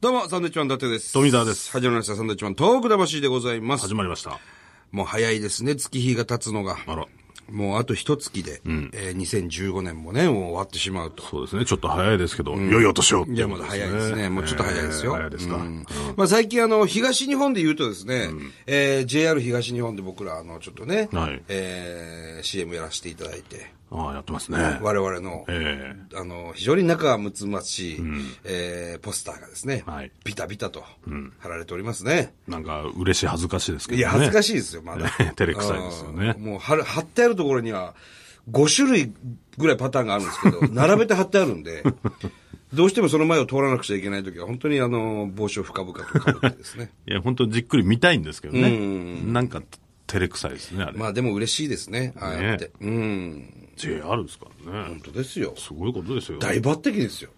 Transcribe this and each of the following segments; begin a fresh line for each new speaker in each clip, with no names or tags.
どうも、サンドイッチマン伊達です。
富澤です
始まりました、サンドイッチマン、トーク魂でございます。
始まりました。
もう早いですね、月日が経つのが。
あら。
もうあと一月で、えー2015年もね、もう終わってしまうと。
そうですね。ちょっと早いですけど、良いお年をってうことですね。
いや、まだ早いですね。もうちょっと早いですよ。
えー早いですか。
うんまあ最近あの、東日本で言うとですね、えー JR 東日本で僕らあの、ちょっとね、
はい
えー CM やらせていただいて、
ああ、やってますね。
我々の、
え
あの、非常に仲睦ましい、えーポスターがですね、
はい
ビタビタと貼られておりますね。
えなんか、嬉しい、恥ずかしいですけど
い
ね。
や、恥ずかし
い。。
いですよ、まだ
照れくさいですよね
うんもう貼る貼ってあるところには、5種類ぐらいパターンがあるんですけど、 並べて貼ってあるんで、どうしてもその前を通らなくちゃいけないときは、本当にあの、帽子を深々とかぶってですね。
いや、本当じっくり見たいんですけどね。なんか、照れくさいですね、あれ。
まあでも嬉しいですね、ああやって。うん、
JR ですからね
本。当ですよ。
すごいことですよ。
大抜擢ですよ。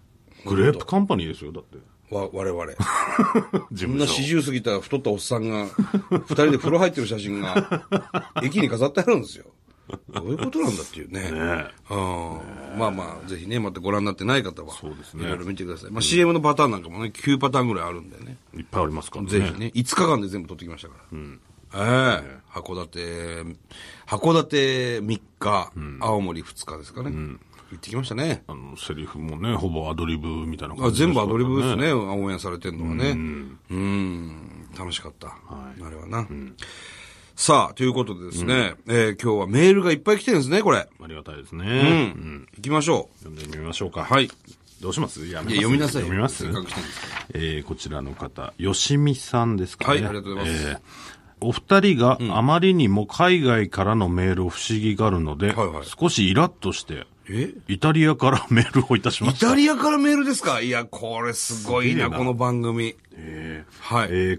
グレープカンパニーですよ、だって。
わ、我 々。
事
こん
務
な
所。
40過ぎた太ったおっさんが、二人で風呂入ってる写真 が、駅に飾ってあるんですよ。どういうことなんだっていうね。
ね
うんまあまあ、ぜひね、またご覧になってない方は、
そうですね
いろいろ見てください。まあ、CM のパターンなんかもね、9パターンぐらいあるんでね。
いっぱいありますからね。
ぜひね、5日間で全部撮ってきましたから。ええ函館、函館3日、青森2日ですかね。行ってきましたね。
あの、セリフもね、ほぼアドリブみたいな
あ
感じ
全部アドリブ
す
で
か
すね、
ら
応援されてるのはね。うん、楽しかった。あれはな。さあ、ということでですね、えー今日はメールがいっぱい来てるんですね、これ。
ありがたいです
う
ね。
ん。行きましょう。
読んでみましょうか。
はい。
どうしますいや
いや、読みなさいよ。
読みます
せっかく来てるんですから。
えーこちらの方、よしみさんですかね。
はいありがとうございます
えーお二人があまりにも海外からのメールを不思議があるので、
はいはい
少しイラッとして、
え
イタリアからメールをいたしま
イ
した。
タリアからメールですかいや、これすごいな、
すげえな
この番組。はい。
え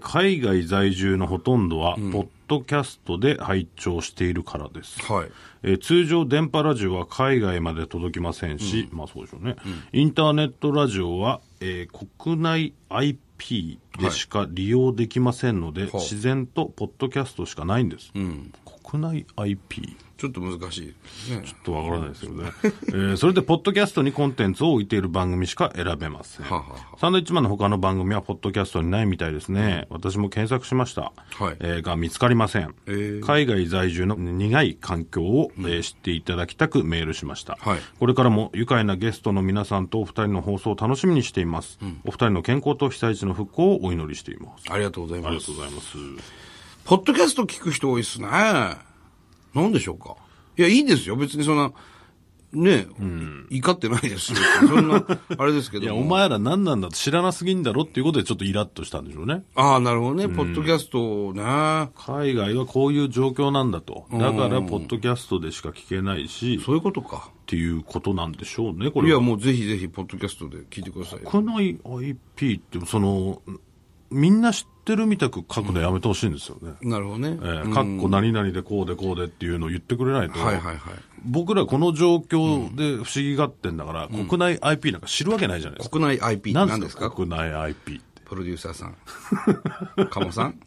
ー海外在住のほとんどは、ポッドキャストで拝聴しているからです。
はい。
えー通常、電波ラジオは海外まで届きませんし、まあそうでしょうね、インターネットラジオは、えー国内 IP でしか利用できませんので、
あ
自然とポッドキャストしかないんです。国内 IP?
ちょっと難しい。ね
ちょっとわからないですよね。 えーそれで、ポッドキャストにコンテンツを置いている番組しか選べません。
ははは
サンドイッチマンの他の番組は、ポッドキャストにないみたいですね。私も検索しました。
はい
えーが見つかりません。
えー
海外在住の苦い環境を、えー知っていただきたくメールしました。
はい
これからも愉快なゲストの皆さんとお二人の放送を楽しみにしています。お二人の健康と被災地の復興をお祈りしています。
ありがとうござい
あり
ま
が
す
とう。ございます。
ポッドキャスト聞く人多いっすね。なんでしょうか。いや、いいですよ。別にそんな、ね、怒ってないですし。そんな、 あれですけど。
いや、お。前ら何なんだと知らなすぎんだろっていうことでちょっとイラッとしたんでしょうね。
ああ、なるほどね。ポッドキャストね。
海外はこういう状況なんだと。だから、ポッドキャストでしか聞けないし、っ
そういうことか。
ていうことなんでしょうね、こ
い
れ
や、
は。
もうぜひぜひ、ポッドキャストで聞いてくださいよ。
国内 IP って、その、みんな知ってるみたく書くのやめてほしいんですよね。
なるほどね。
えー、かっこ何々でこうでこうでっていうのを言ってくれないと、
はいはいはい。
僕らこの状況で不思議がってんだから、国内 IP なんか知るわけないじゃないですか。
国内 IP って
なん
何ですか
国内 IP って。
プロデューサーさん。 鴨さん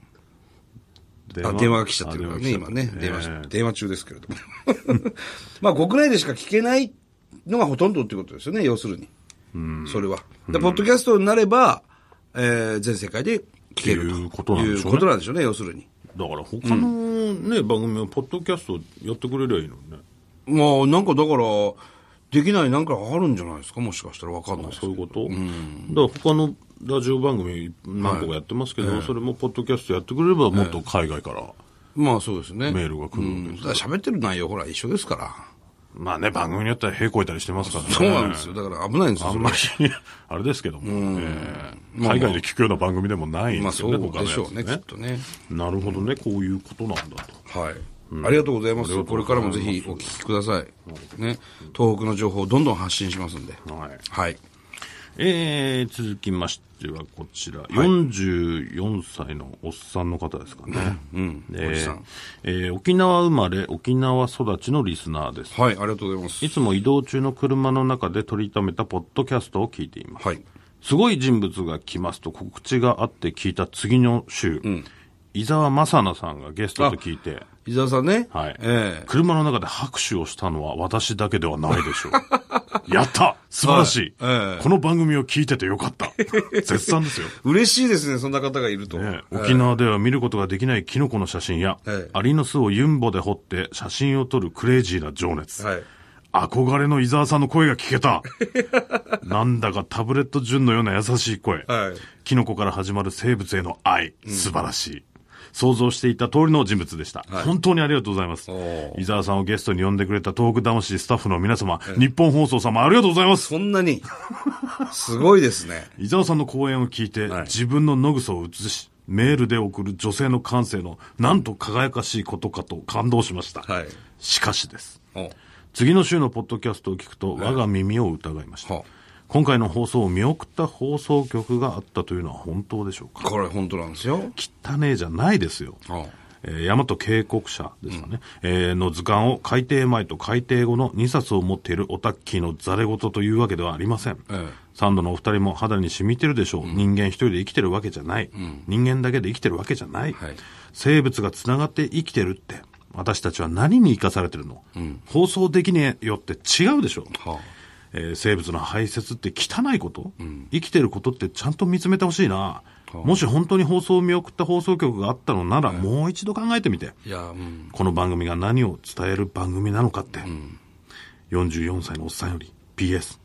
電
あ電話が来ちゃってるからね、
あ電
今
話が来
ね
ちゃっ。て
電
る
話し、電話中ですけれども。 まあ、国内でしか聞けないのがほとんどっていうことですよね、要するに。それは。で、ポッドキャストになれば、えー全世界で聞ける
っていうことなんでしょう
いう
ね
ことなんでしょうね、要するに。
だから他のね、番組はポッドキャストやってくれりゃいいのにね。
まあ、なんかだから、できないなんかあるんじゃないですか、もしかしたらわかんないですけ
そう
ど
いうこと、だから他のラジオ番組何個かやってますけど、それもポッドキャストやってくれればもっと海外から、
まあ、そうですね。
メールが来
う
るわけ
ん
です
だから喋ってる内容、ほら、一緒ですから。
まあね、番組によっては屁こいたりしてますからね。
そうなんですよ。だから危ないんですよ、
あ
そ
ん
れ
まり、 あれですけども、えー海外で聞くような番組でもない
ま
んで
あ、
す
そ
よ
う
ね、
でしょうね、
他の
き
や
っ
つ
とね。
なるほどね、こういうことなんだと。
はい。ありがとうございます。これからもぜひお聞きください。ね。東北の情報をどんどん発信しますんで。
はい
はい。
えー、続きましてはこちら、44歳のおっさんの方ですかね。うん、
おじさん
えー沖縄生まれ、沖縄育ちのリスナーです。
はい、ありがとうございます
い。つも移動中の車の中で取りためたポッドキャストを聞いています。
はい。
すごい人物が来ますと告知があって聞いた次の週、伊沢正奈さんがゲストと聞いて、
伊沢さんね。
はい
ええ
車の中で拍手をしたのは私だけではないでしょう。 やった素晴らしい、
はいええ
この番組を聞いててよか った。絶賛ですよ。
嬉しいですね、そんな方がいると。
ね沖縄では見ることができないキノコの写真や、
ええ
アリの巣をユンボで掘って写真を撮るクレイジーな情熱。
はい。
憧れの伊沢さんの声が聞 けた。なんだかタブレット純のような優しい声。
はい
キノコから始まる生物への愛。素晴らしい。想像していた通りの人物でした、本当にありがとうございます
おー。
伊沢さんをゲストに呼んでくれたトーク魂スタッフの皆様、日本放送様ありがとうございます。
そんなに、すごいですね。
伊沢さんの講演を聞いて、
はい
自分の野草を写し、メールで送る女性の感性のなんと輝かしいことかと感動しました。
はい
しかしです。
お
次の週のポッドキャストを聞くと、我が耳を疑いました
はあ。
今回の放送を見送った放送局があったというのは本当でしょうか
これ本当なんですよ。
汚ねえじゃないですよ。
あ
えー、大和警告者ですかね、えーの図鑑を改訂前と改訂後の2冊を持っているオタッキーのザレ事というわけではありません、
ええ
サンドのお二人も肌に染みてるでしょう、人間一人で生きてるわけじゃない、人間だけで生きてるわけじゃない、
はい
生物がつながって生きてるって私たちは何に生かされてるの、放送できねえよって違うでしょ
はあ
えー生物の排泄って汚いこと、生きてることってちゃんと見つめてほしいな、もし本当に放送を見送った放送局があったのなら、もう一度考えてみて
いや、うん。
この番組が何を伝える番組なのかって、44歳のおっさんより PS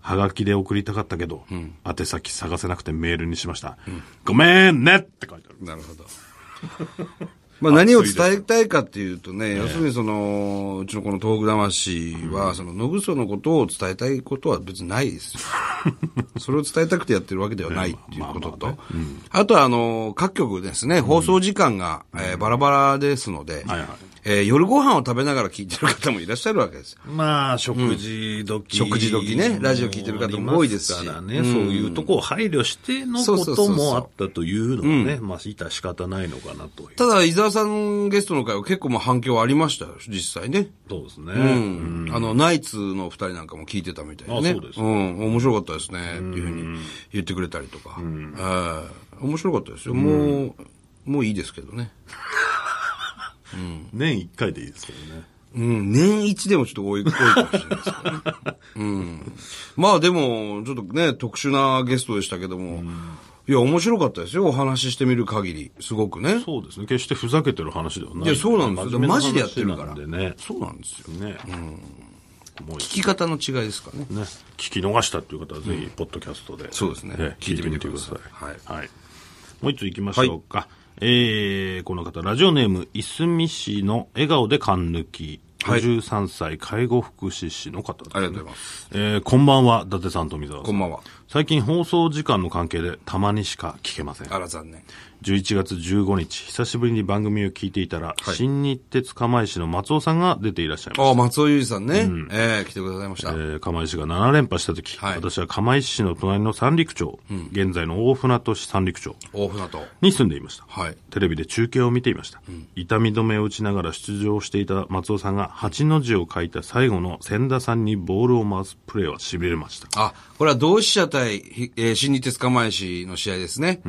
はがきで送りたかったけど、宛先探せなくてメールにしました、ごめんねって書いてある
なるほど。まあ何を伝えたいかっていうとね、要するにその、うちのこの東北魂は、その、野草のことを伝えたいことは別にないですよ。それを伝えたくてやってるわけではないっていうことと、あとはあの、各局ですね、放送時間が、えーバラバラですので
はいはい、
えー夜ご飯を食べながら聞いてる方もいらっしゃるわけですよ。
まあ食事時、
食事時ねラジオ聞いてる方も多いですし
ありまからね、そういうとこを配慮しての
そう
こ
そうそう
と
そう
もあったというのはね、まあいた仕方ないのかなという
ただ、伊沢さんゲストの回は結構まあ反響ありましたよ、実際ね。
そうですね、
うん。あの、ナイツの二人なんかも聞いてたみたいなね。
あそうです
ん。面白かったですね。っていうふうに言ってくれたりとか。ええ面白かったですよ。もう、もういいですけどね。
年1回でいいですけどね
うん。年一でもちょっと多い、多いかもしれないですけどね。 うん。まあでも、ちょっとね、特殊なゲストでしたけども。いや、面白かったですよ。お話ししてみる限り。すごくね。
そうですね決してふざけてる話ではない
いやそうなんですよ
真面目な
マジでやってるから
話なんでね
そうなんですよ。
ね、もう
聞き方の違いですかね。
ね、聞き逃したという方はぜひ、ポッドキャストで、
そうですね
ええ聞いてみてくださ
聞いてみてくだ
い。はい。もう一つ行きましょうか。えー、この方、ラジオネーム、いすみ市の笑顔で勘抜き、
はい
53歳介護福祉士の方です、
ありがとうございます。
えー、こんばんは、伊達さんと水沢
こ
さ
ん
ん。
ばんは。
最近放送時間の関係でたまにしか聞けません。
あら、残念。
11月15日、久しぶりに番組を聞いていたら、
はい
新日鉄釜石の松尾さんが出ていらっしゃいました。
ああ、松尾裕二さんね。ええ来てくださいました。
えー釜石が7連覇した時、
はい
私は釜石市の隣の三陸町、現在の大船渡市三陸町
大船渡。
に住んでいました。
はい。
テレビで中継を見ていました。痛み止めを打ちながら出場していた松尾さんが8の字を書いた最後の千田さんにボールを回すプレーは痺れました。
あ、これは同志社対、ひえー新日鉄釜石の試合ですね。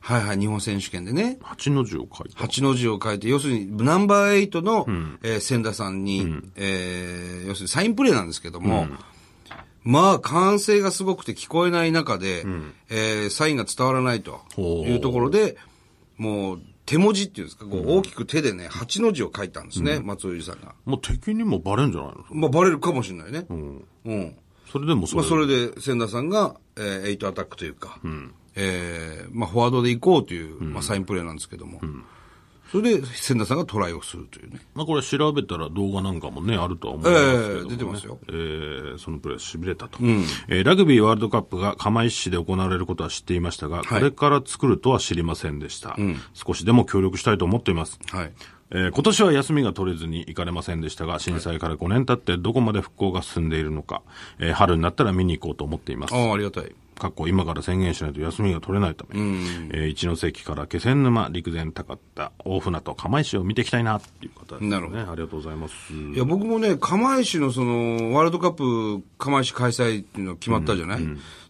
はいはい、日本選手権でね。
8の字を書いた。
八の字を書いて、要するに、ナンバー8の、えー千田さんに、えー要するにサインプレーなんですけども、まあ、歓声がすごくて聞こえない中で、えーサインが伝わらないというところで、もう、手文字っていうんですか、こう大きく手でね、八の字を書いたんですね、松尾裕二さんが。
もう敵にもバレんじゃないの
まあ、バレるかもしれないね。うん
それでもそ
ま
れ,、
あ、それで千田さんが、えーエイトアタックというか、えーまあ、フォワードで行こうという、まあ、サインプレーなんですけども、それで千田さんがトライをするというね。
まあこれ調べたら動画なんかもね、あるとは思いますけど、ね
ええ出てますよ
ええそのプレー痺れたと、えーラグビーワールドカップが釜石市で行われることは知っていましたが、これから作るとは知りませんでした、少しでも協力したいと思っています。
はい。
えー今年は休みが取れずに行かれませんでしたが、震災から5年経ってどこまで復興が進んでいるのか、えー春になったら見に行こうと思っています。
ああ、ありがたい。
かっこ今から宣言しないと休みが取れないため、えー一関から気仙沼、陸前高田、大船と釜石を見ていきたいなっていう方ですね。
なるほど
ありがとうございます。
いや、僕もね、釜石のその、ワールドカップ、釜石開催っていうのが決まったじゃない、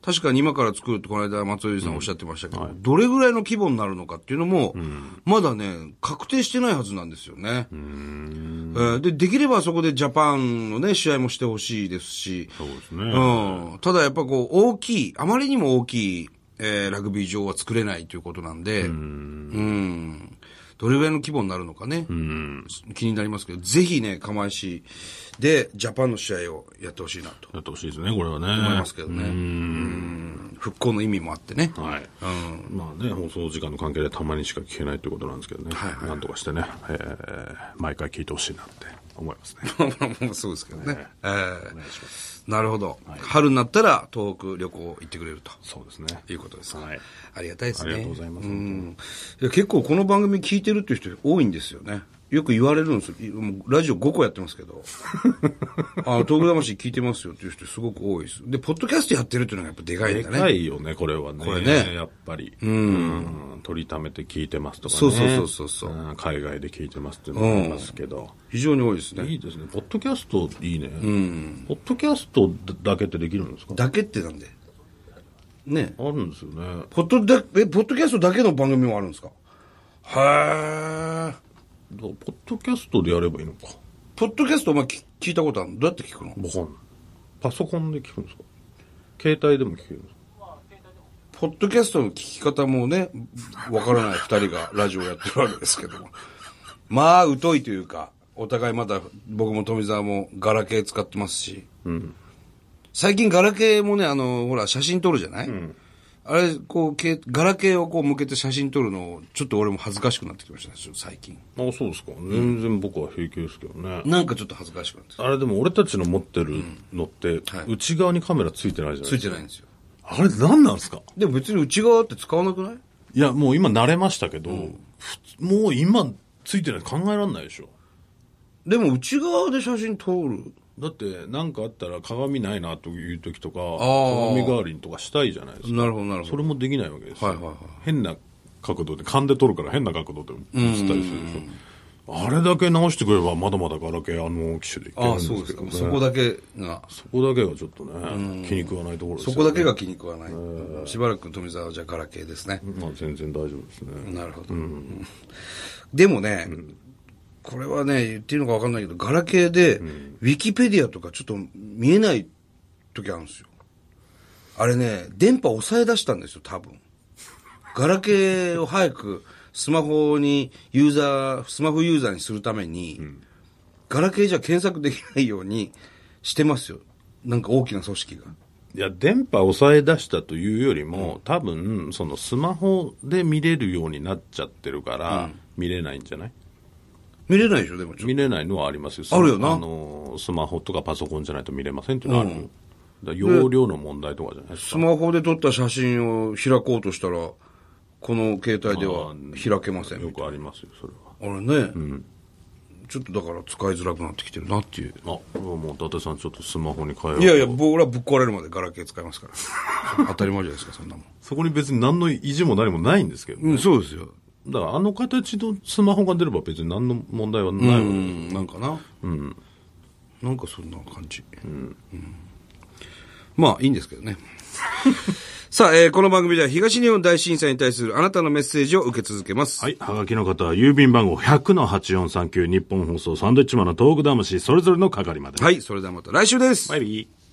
確かに今から作るってこの間松尾さんおっしゃってましたけど、どれぐらいの規模になるのかっていうのも、まだね、確定してないはずなんですよね。えーで、できればそこでジャパンのね、試合もしてほしいですし、
そうですね。
うん。ただやっぱこう、大きい、あまりにも大きい、えーラグビー場は作れないということなんで、うん。どれぐらいの規模になるのかね、気になりますけど、ぜひね、釜石でジャパンの試合をやってほしいなと
やってほしいですね、これはね。
思いますけどね。うん復興の意味もあってね。
はい。まあね、放送時間の関係でたまにしか聞けないということなんですけどね。
はいはい
なんとかしてね、えー毎回聞いてほしいなって思いますね。
も うそうですけどね。えーなるほど、春になったら東北旅行行ってくれると。
そうですね。
いうことです。
はい。
ありがたいですね。
ありがとうございます
うんいや結構この番組聞いてるっていう人多いんですよね。よく言われるんですよ。もうラジオ5個やってますけ ど。あの、東北魂聞いてますよっていう人すごく多いです。で、ポッドキャストやってるっていうのがやっぱでかいん
で
だ
か
ね。
いよね、これはね。こ
れね
やっぱり。うん。取りためて聞いてますとかね。
そうそうそうそうそうん
海外で聞いてますっていうのもありますけど。
非常に多いですね。
いいですね。ポッドキャストいいね。ポッドキャストだけってできるんですか
だけってなんで。ね
あるんですよね。
ポッドだ、え、ポッドキャストだけの番組もあるんですかへえ。
ポッドキャストでやればいいのか。
ポッドキャストお前聞聞いたことあるのどうやって聞くの
わかんない。パソコンで聞くんですか携帯でも聞けるんですか
ポッドキャストの聞き方もね、わからない二人がラジオやってるわけですけども。まあ、疎いというか、お互いまだ僕も富澤もガラケー使ってますし。最近ガラケーもね、あの、ほら、写真撮るじゃない、あれ、こう、けガラケーをこう向けて写真撮るのを、ちょっと俺も恥ずかしくなってきましたね、ちょっと最近。
あ、そうですか。全然僕は平気ですけどね。
なんかちょっと恥ずかしくなってきた
あれでも俺たちの持ってるのって、
はい
内側にカメラついてないじゃない
つ
で
い
す
て
か。
ないんですよ。
あれ何なんですか
でも別に内側って使わなくない
いや、もう今慣れましたけど、ふつもう今ついてない考えられないでしょ。
でも内側で写真撮る
だって何かあったら鏡ないなという時とか、
ー
鏡代わりにとかしたいじゃないですか。
なるほど、なる
そ
ほど。
れもできないわけですよ。
はいはいはい
変な角度で、勘で撮るから変な角度で映ったりするでしょ。あれだけ直してくればまだまだガラケーあの機種でいける
あ
んで
あ、
す
そうで
け
す
ど
か。
ね。
そこだけが。
そこだけがちょっとね、気に食わないところで
そ
すよね
こだけが気に食わない。しばらく富澤はじゃあガラケーですね。
まあ全然大丈夫ですね。
なるほど。でもね、これはね、言っていいのか分かんないけど、ガラケーで、ウィキペディアとかちょっと見えない時あるんですよ。あれね、電波抑え出したんですよ、多分。ガラケーを早くスマホに、ユーザー、スマホユーザーにするために、ガラケーじゃ検索できないようにしてますよ。なんか大きな組織が。
いや、電波を抑え出したというよりも、多分、そのスマホで見れるようになっちゃってるから、見れないんじゃない
見れないでしょ、でもちょっと
見れないのはありますよ。
あるよな
あの、スマホとかパソコンじゃないと見れませんっていうのはあるよ。だから容量の問題とかじゃないです
ス
か。
マホで撮った写真を開こうとしたら、この携帯では開けません
よ
みたい
くありますよ、それは。
な。あれね、ちょっとだから使いづらくなってきてるなっていう。
あ、もう伊達さんちょっとスマホに変えよう。
いやいや、僕らぶっ壊れるまでガラケー使いますから。 当たり前じゃないですか、そんなもん。
そこに別に何の意地も何もないんですけどね、
うん、そうですよ。
だからあの形のスマホが出れば別に何の問題はないわ
う
けですよ
ん、なんかな。うん。なんかそんな感じ。うんまあ、いいんですけどね。 さあ、えーこの番組では東日本大震災に対するあなたのメッセージを受け続けます。
はい。はがきの方は、郵便番号100-8439、日本放送、サンドイッチマンの東北魂、それぞれの係まで。
はい、それではまた来週です。
バイビー。